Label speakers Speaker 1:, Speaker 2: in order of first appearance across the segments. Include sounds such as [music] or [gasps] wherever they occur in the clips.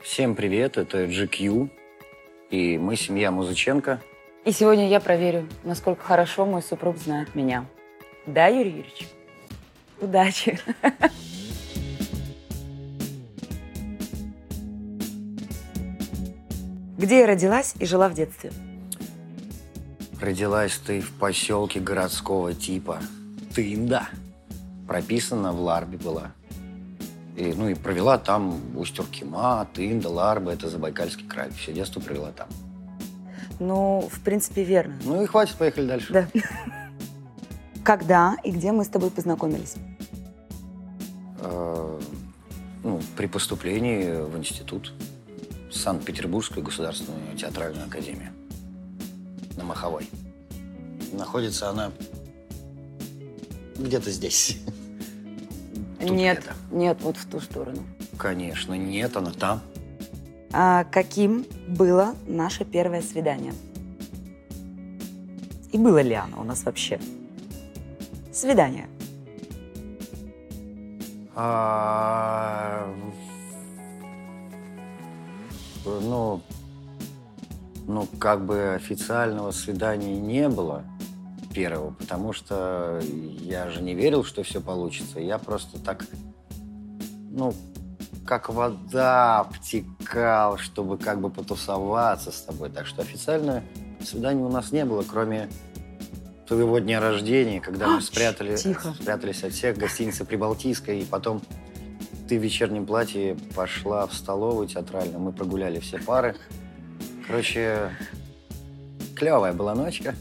Speaker 1: Всем привет, это GQ, и мы семья Музыченко.
Speaker 2: И сегодня я проверю, насколько хорошо мой супруг знает меня. Да, Юрий Юрьевич? Удачи. Где я родилась и жила в детстве?
Speaker 1: Родилась ты в поселке городского типа Тында. Прописана в Ларбе была. И, ну и провела там Усть-Уркима, Тында, Ларба, это Забайкальский край. Все детство провела там.
Speaker 2: Ну, в принципе, верно.
Speaker 1: Ну и хватит, поехали дальше.
Speaker 2: Да. Когда и где мы с тобой познакомились?
Speaker 1: Э, ну, при поступлении в институт Санкт-Петербургскую государственную театральную академию на Маховой. Находится она где-то здесь. Тут
Speaker 2: нет,
Speaker 1: где-то.
Speaker 2: нет, вот в ту сторону.
Speaker 1: Конечно, нет, она там.
Speaker 2: А каким было наше первое свидание? И было ли оно у нас вообще? Свидание.
Speaker 1: А, Ну, ну, как бы официального свидания не было первого, потому что я же не верил, что все получится. Я просто так, ну, как вода обтекал, чтобы как бы потусоваться с тобой. Так что официальное свидание у нас не было, кроме твоего дня рождения, когда мы спрятали,
Speaker 2: тихо.
Speaker 1: спрятались от всех в гостинице Прибалтийская, и потом ты в вечернем платье пошла в столовую театральную, мы прогуляли все пары. Короче, клевая была ночка.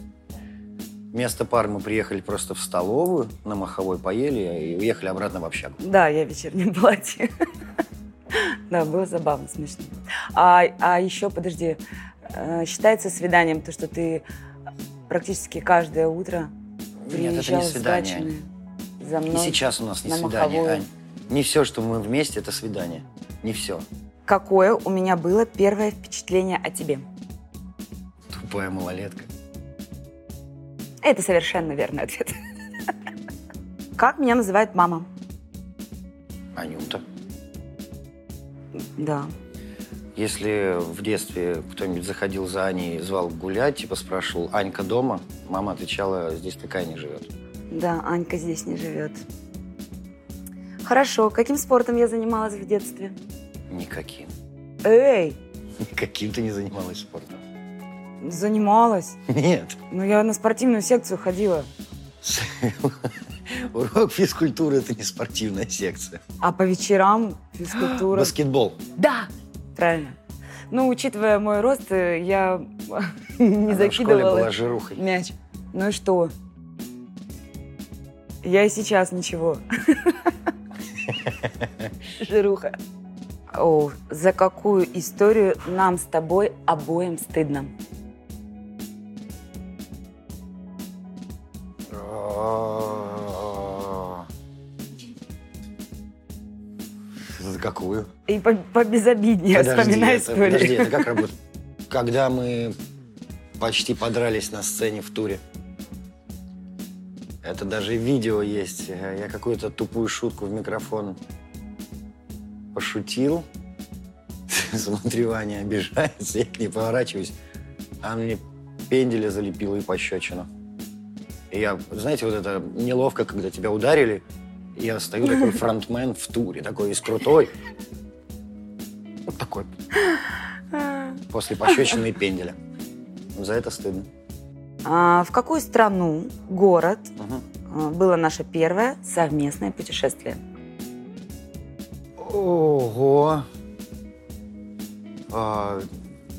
Speaker 1: Вместо пар мы приехали просто в столовую, на Маховой поели и уехали обратно в общагу.
Speaker 2: Да, я в вечернем [laughs] платье. Да, было забавно, смешно. А, а еще, подожди, э, считается свиданием то, что ты практически каждое утро
Speaker 1: Нет, это
Speaker 2: приезжал
Speaker 1: не
Speaker 2: с
Speaker 1: свидание.
Speaker 2: дачами за
Speaker 1: И
Speaker 2: мной.
Speaker 1: сейчас у нас не
Speaker 2: на
Speaker 1: свидание,
Speaker 2: Маховую.
Speaker 1: Ань. Не все, что мы вместе, это свидание. Не все.
Speaker 2: Какое у меня было первое впечатление о тебе?
Speaker 1: Тупая малолетка.
Speaker 2: Это совершенно верный ответ. Как меня называет мама?
Speaker 1: Анюта.
Speaker 2: Да.
Speaker 1: Если в детстве кто-нибудь заходил за Аней и звал гулять, типа спрашивал, Анька дома? Мама отвечала, здесь такая не живет.
Speaker 2: Да, Анька здесь не живет. Хорошо, каким спортом я занималась в детстве?
Speaker 1: Никаким.
Speaker 2: Эй,
Speaker 1: Каким ты не занималась спортом?
Speaker 2: занималась.
Speaker 1: Нет. [laughs]
Speaker 2: Ну, я на спортивную секцию ходила.
Speaker 1: Урок физкультуры – это не спортивная секция.
Speaker 2: А по вечерам
Speaker 1: [gasps]
Speaker 2: физкультура.
Speaker 1: Баскетбол.
Speaker 2: Да! Правильно. Ну, учитывая мой рост, э, я [laughs] не
Speaker 1: Она в школе
Speaker 2: закидывала
Speaker 1: была жирухой.
Speaker 2: мяч. Ну и что? Я и сейчас ничего. [laughs] Жируха. О, за какую историю нам с тобой обоим стыдно?
Speaker 1: За какую?
Speaker 2: И по- побезобиднее вспоминай
Speaker 1: это-
Speaker 2: историю. [laughs]
Speaker 1: подожди, это как работает? Когда мы почти подрались на сцене в туре. Это даже видео есть. Э, Я какую-то тупую шутку в микрофон пошутил. [laughs] Смотрю, Аня обижается, я к ней поворачиваюсь. А мне пенделя залепила и пощечину. И я, знаете, вот это неловко, когда тебя ударили, и я стою такой фронтмен в туре, такой весь крутой. Вот такой после пощечины и пенделя. За это стыдно.
Speaker 2: А, в какую страну, город
Speaker 1: Мгм.
Speaker 2: а, было наше первое совместное путешествие?
Speaker 1: Ого! А,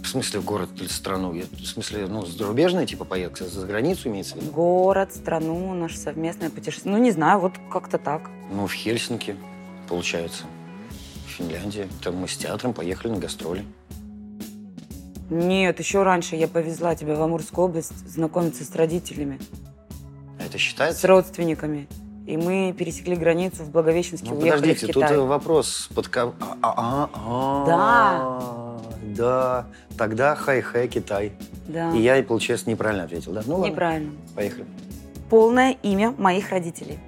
Speaker 1: в смысле в город или страну? Я- в смысле, ну, зарубежный, типа, поехал за границу, имеется в виду?
Speaker 2: Город, страну, наше совместное путешествие. Ну, не знаю, вот как-то так.
Speaker 1: Ну, в Хельсинки, получается. В Финляндии. Там мы с театром поехали на гастроли.
Speaker 2: Нет, еще раньше я повезла тебя в Амурскую область знакомиться с родителями,
Speaker 1: А это
Speaker 2: с
Speaker 1: считается?
Speaker 2: родственниками. И мы пересекли границу в Благовещенске,
Speaker 1: Ну,
Speaker 2: уехали
Speaker 1: подождите,
Speaker 2: в
Speaker 1: тут
Speaker 2: Китай.
Speaker 1: э, вопрос под ко- а, а, а, а. Да. Тогда хай-хай Китай.
Speaker 2: Да,
Speaker 1: И я, и, получается, неправильно ответил, да? Ну, ладно,
Speaker 2: А. неправильно.
Speaker 1: поехали.
Speaker 2: Полное имя моих родителей.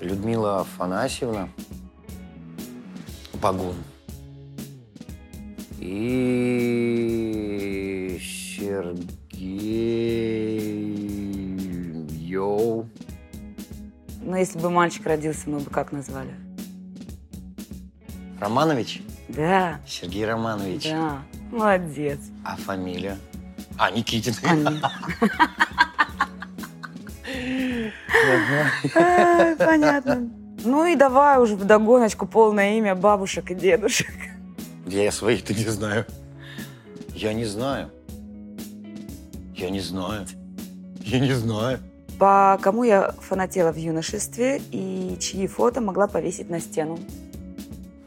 Speaker 1: Людмила Афанасьевна погон. И Сергей... Йоу.
Speaker 2: Но Ну, если бы мальчик родился, мы бы как назвали?
Speaker 1: Романович?
Speaker 2: Да.
Speaker 1: Сергей Романович.
Speaker 2: Да. Молодец.
Speaker 1: А фамилия? А, Никитин.
Speaker 2: Они. А, Понятно. Ну и давай уже вдогоночку полное имя бабушек и дедушек.
Speaker 1: Я своих-то не знаю. Я не знаю. Я не знаю. Я не знаю.
Speaker 2: По кому я фанатела в юношестве и чьи фото могла повесить на стену.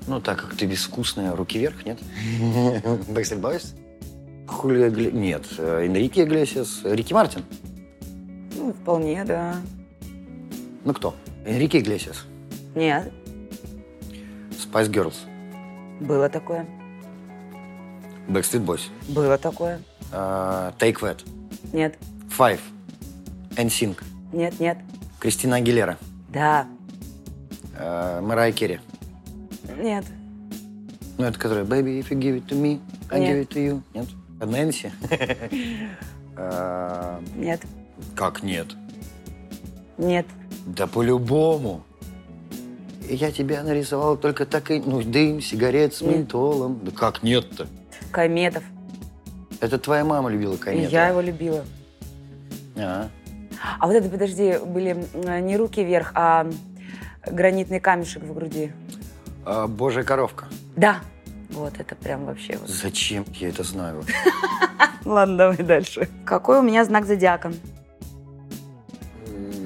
Speaker 1: Ну, так как ты безвкусная, руки вверх, нет? Backstreet Boys? Хулио Игли- Нет. э, Энрике Иглесиас. Рики Мартин?
Speaker 2: Ну, вполне, да.
Speaker 1: Ну, кто? Энрике Иглесиас.
Speaker 2: Нет,
Speaker 1: Spice Girls.
Speaker 2: было такое.
Speaker 1: Backstreet Boys.
Speaker 2: Было такое.
Speaker 1: э, Take That.
Speaker 2: Нет,
Speaker 1: Five. NSYNC.
Speaker 2: нет, нет.
Speaker 1: Кристина Агилера.
Speaker 2: Да,
Speaker 1: э, Мэрайя Керри.
Speaker 2: нет.
Speaker 1: Ну, это которая «Baby, if you give it to me, I
Speaker 2: Нет.
Speaker 1: give it to you». Нет? Нэнси? [laughs] Э,
Speaker 2: Нет,
Speaker 1: Как нет?
Speaker 2: нет.
Speaker 1: Да по-любому. Я тебя нарисовал только так и... Ну, дым, сигарет с
Speaker 2: Нет.
Speaker 1: ментолом. Да как нет-то?
Speaker 2: Кометов.
Speaker 1: Это твоя мама любила
Speaker 2: И
Speaker 1: кометы.
Speaker 2: я его любила.
Speaker 1: А,
Speaker 2: А вот это, подожди, были м, э, не руки вверх, а гранитный камешек в груди.
Speaker 1: А, божья коровка.
Speaker 2: Да. Вот это прям вообще. вот.
Speaker 1: Зачем я это знаю?
Speaker 2: Ладно, давай дальше. Какой у меня знак зодиака?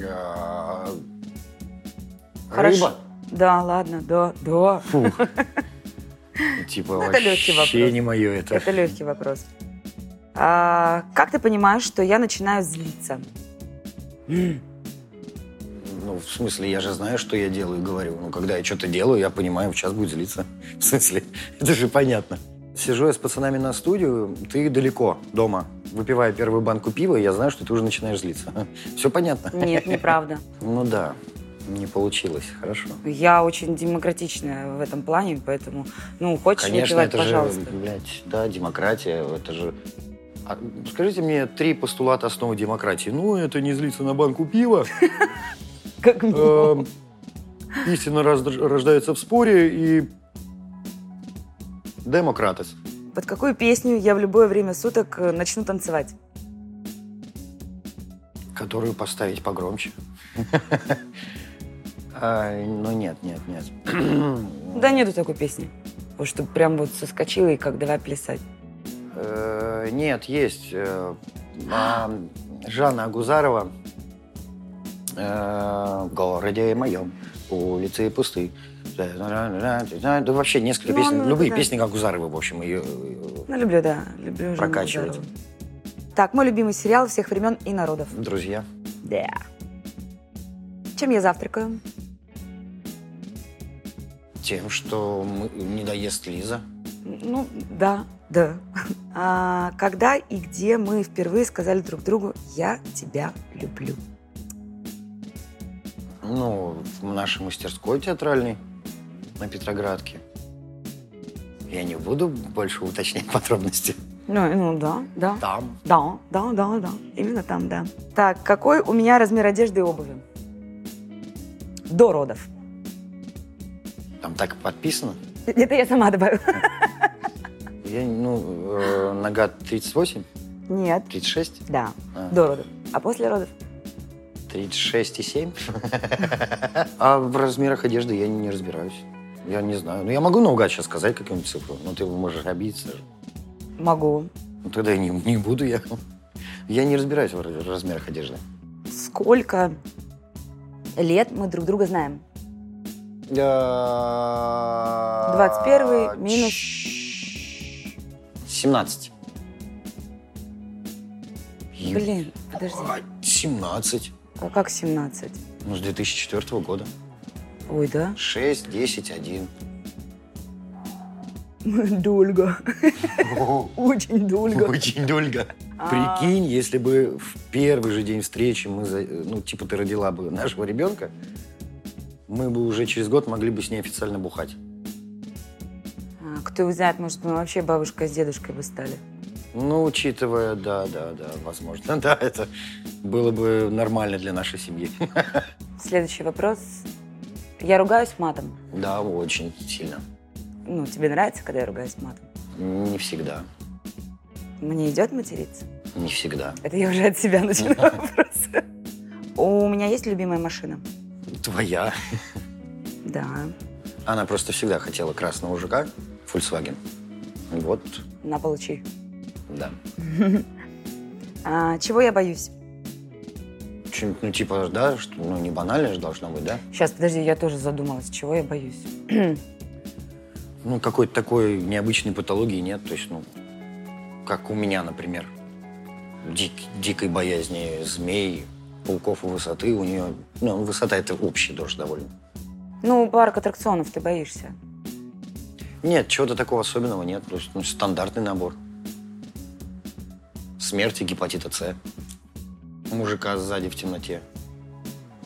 Speaker 1: А,
Speaker 2: Хорошо.
Speaker 1: Рыба?
Speaker 2: Да, ладно, да, да.
Speaker 1: Фух. Типа
Speaker 2: Ну, это легкий
Speaker 1: вообще
Speaker 2: вопрос.
Speaker 1: не мое это.
Speaker 2: Это легкий вопрос. А, как ты понимаешь, что я начинаю злиться?
Speaker 1: Ну, в смысле, я же знаю, что я делаю и говорю. Ну, когда я что-то делаю, я понимаю, сейчас будет злиться. [laughs] В смысле, это же понятно. Сижу я с пацанами на студию, ты далеко, дома. Выпивая первую банку пива, я знаю, что ты уже начинаешь злиться. [laughs] Все понятно?
Speaker 2: Нет, неправда.
Speaker 1: Ну да, не получилось, хорошо.
Speaker 2: Я очень демократичная в этом плане, поэтому, ну, хочешь
Speaker 1: Конечно,
Speaker 2: выпивать,
Speaker 1: это
Speaker 2: пожалуйста.
Speaker 1: же, блядь, да, демократия, это же... А, скажите мне три постулата основы демократии. Ну, это не злиться на банку пива,
Speaker 2: Как минимум.
Speaker 1: Эм, Истина раздрж- рождается в споре и демократес.
Speaker 2: Под какую песню я в любое время суток э, начну танцевать?
Speaker 1: Которую поставить погромче. А, Ну нет, нет, нет.
Speaker 2: Да нету такой песни. Потому что прям вот соскочила и как давай плясать.
Speaker 1: Э, Нет, есть. э, а, Жанна Агузарова э, в городе моем, улицы пусты. Да вообще несколько
Speaker 2: Ну,
Speaker 1: песен.
Speaker 2: ну,
Speaker 1: Любые
Speaker 2: да.
Speaker 1: песни Агузаровой, в общем, ее
Speaker 2: Ну, люблю, да. Люблю Жанну
Speaker 1: Прокачивать.
Speaker 2: Базарову. Так, мой любимый сериал всех времен и народов.
Speaker 1: друзья.
Speaker 2: Да. Чем я завтракаю?
Speaker 1: Тем, что мы- не доест Лиза.
Speaker 2: Ну, да, да. [laughs] А, когда и где мы впервые сказали друг другу «Я тебя люблю»?
Speaker 1: Ну, в нашей мастерской театральной на Петроградке. Я не буду больше уточнять [laughs] подробности.
Speaker 2: Ну, ну да, да.
Speaker 1: Там
Speaker 2: Да, да, да, да. Именно там, да. Так, какой у меня размер одежды и обуви? До родов. [laughs]
Speaker 1: Там так подписано.
Speaker 2: Это я сама добавила.
Speaker 1: Я, ну, э, нога 38,
Speaker 2: Нет.
Speaker 1: 36,
Speaker 2: Да,
Speaker 1: А.
Speaker 2: до родов. А после родов?
Speaker 1: 36 и 7. [laughs] А в размерах одежды я не разбираюсь. Я не знаю. Ну, я могу наугад сейчас сказать какую-нибудь цифру, но ты можешь обидеться. же.
Speaker 2: Могу.
Speaker 1: Ну, тогда я не, не буду я. [laughs] Я не разбираюсь в раз- размерах одежды.
Speaker 2: Сколько лет мы друг друга знаем?
Speaker 1: Э, 21
Speaker 2: 21 минус-
Speaker 1: 17. Ебать,
Speaker 2: Блин, подожди.
Speaker 1: 17.
Speaker 2: А как 17?
Speaker 1: Ну, с 2004 года.
Speaker 2: Ой, [laughs] да?
Speaker 1: 6, 10, 1.
Speaker 2: Долго. [laughs] Очень долго.
Speaker 1: Очень долго.
Speaker 2: А.
Speaker 1: Прикинь, если бы в первый же день встречи мы, за- ну, типа, ты родила бы нашего ребенка, мы бы уже через год могли бы с ней официально бухать.
Speaker 2: А, Кто его знает, может, мы вообще бабушка с дедушкой бы стали.
Speaker 1: Ну, учитывая, да, да, да, возможно, [laughs] да, это было бы нормально для нашей семьи. [laughs]
Speaker 2: Следующий вопрос. Я ругаюсь матом.
Speaker 1: Да, очень сильно.
Speaker 2: Ну, тебе нравится, когда я ругаюсь матом?
Speaker 1: Не всегда,
Speaker 2: Мне идет материться?
Speaker 1: не всегда.
Speaker 2: Это я уже от себя [laughs] начинаю вопрос. У меня есть любимая машина?
Speaker 1: Твоя.
Speaker 2: Да.
Speaker 1: Она просто всегда хотела красного жука, Volkswagen. Вот,
Speaker 2: На, получи.
Speaker 1: да.
Speaker 2: А, чего я боюсь?
Speaker 1: Что-нибудь, ну, типа, да, что, ну, не банально же должно быть, да?
Speaker 2: Сейчас, подожди, я тоже задумалась, чего я боюсь.
Speaker 1: Ну, какой-то такой необычной патологии нет. То есть, ну, как у меня, например, дик- дикой боязни змей, пауков и высоты. У нее, ну, высота это общий дождь довольно.
Speaker 2: Ну, парк аттракционов ты боишься.
Speaker 1: Нет, чего-то такого особенного нет. То есть, ну, стандартный набор. Смерти гепатита С. Мужика сзади в темноте.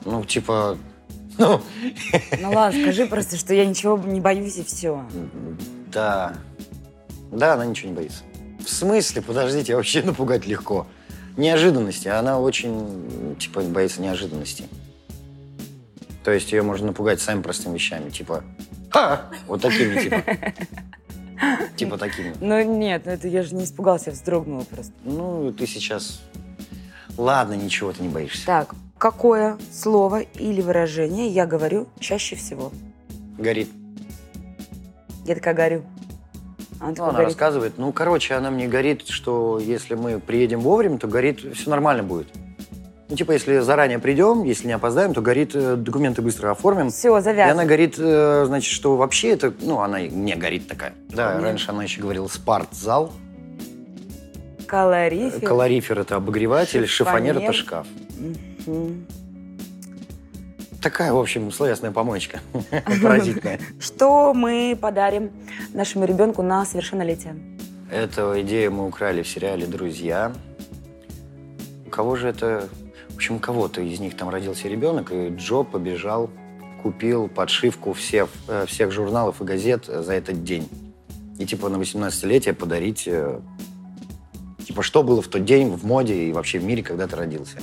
Speaker 1: Ну, типа, [laughs] ну,
Speaker 2: Ну ладно, скажи просто, что я ничего не боюсь и все.
Speaker 1: Да. Да, она ничего не боится. В смысле? Подождите, а вообще напугать легко. Неожиданности. Она очень, типа, боится неожиданности. То есть ее можно напугать самыми простыми вещами. Типа, ха! Вот такими, типа. Типа такими.
Speaker 2: Ну нет, ну это я же не испугалась, я вздрогнула просто.
Speaker 1: Ну, ты сейчас... Ладно, ничего ты не боишься.
Speaker 2: Так, какое слово или выражение я говорю чаще всего?
Speaker 1: Горит.
Speaker 2: Я такая горю. А он
Speaker 1: Ну,
Speaker 2: такой
Speaker 1: она
Speaker 2: горит.
Speaker 1: рассказывает. Ну, короче, она мне горит, что если мы приедем вовремя, то горит, все нормально будет. Ну, типа, если заранее придем, если не опоздаем, то горит, э, документы быстро оформим.
Speaker 2: Все,
Speaker 1: И она
Speaker 2: завязано.
Speaker 1: горит, э, значит, что вообще это, ну, она и не горит такая. Да,
Speaker 2: Понятно.
Speaker 1: раньше она еще говорила спортзал,
Speaker 2: Калорифер.
Speaker 1: калорифер это обогреватель, шифонер, это
Speaker 2: Шифонер.
Speaker 1: шкаф.
Speaker 2: Мгм.
Speaker 1: Такая, в общем, словесная помоечка. [laughs] Поразительная.
Speaker 2: Что мы подарим нашему ребенку на совершеннолетие?
Speaker 1: Эту идею мы украли в сериале «Друзья». У кого же это... В общем, у кого-то из них там родился ребенок, и Джо побежал, купил подшивку всех, э, всех журналов и газет э, за этот день. И типа на 18-летие подарить... э, Типа, что было в тот день в моде и вообще в мире, когда ты родился.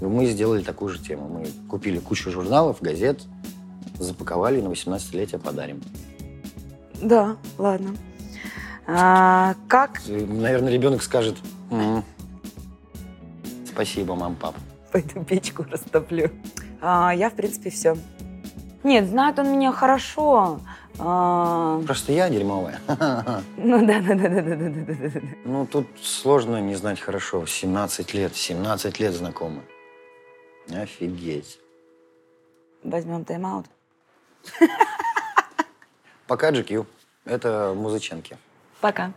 Speaker 1: И мы сделали такую же тему. Мы купили кучу журналов, газет, запаковали и на 18-летие подарим.
Speaker 2: Да, ладно. А, как?
Speaker 1: И, Наверное, ребенок скажет «М, Спасибо, мам, пап.
Speaker 2: Пойду печку растоплю. А, я, в принципе, все. Нет, знает он меня хорошо. А,
Speaker 1: Просто я дерьмовая. [laughs]
Speaker 2: ну да, да, да, да, да, да, да, да, да.
Speaker 1: Ну, тут сложно не знать хорошо. 17 лет, 17 лет знакомы. Офигеть.
Speaker 2: Возьмем тайм-аут.
Speaker 1: Пока GQ. Это музыченки.
Speaker 2: Пока.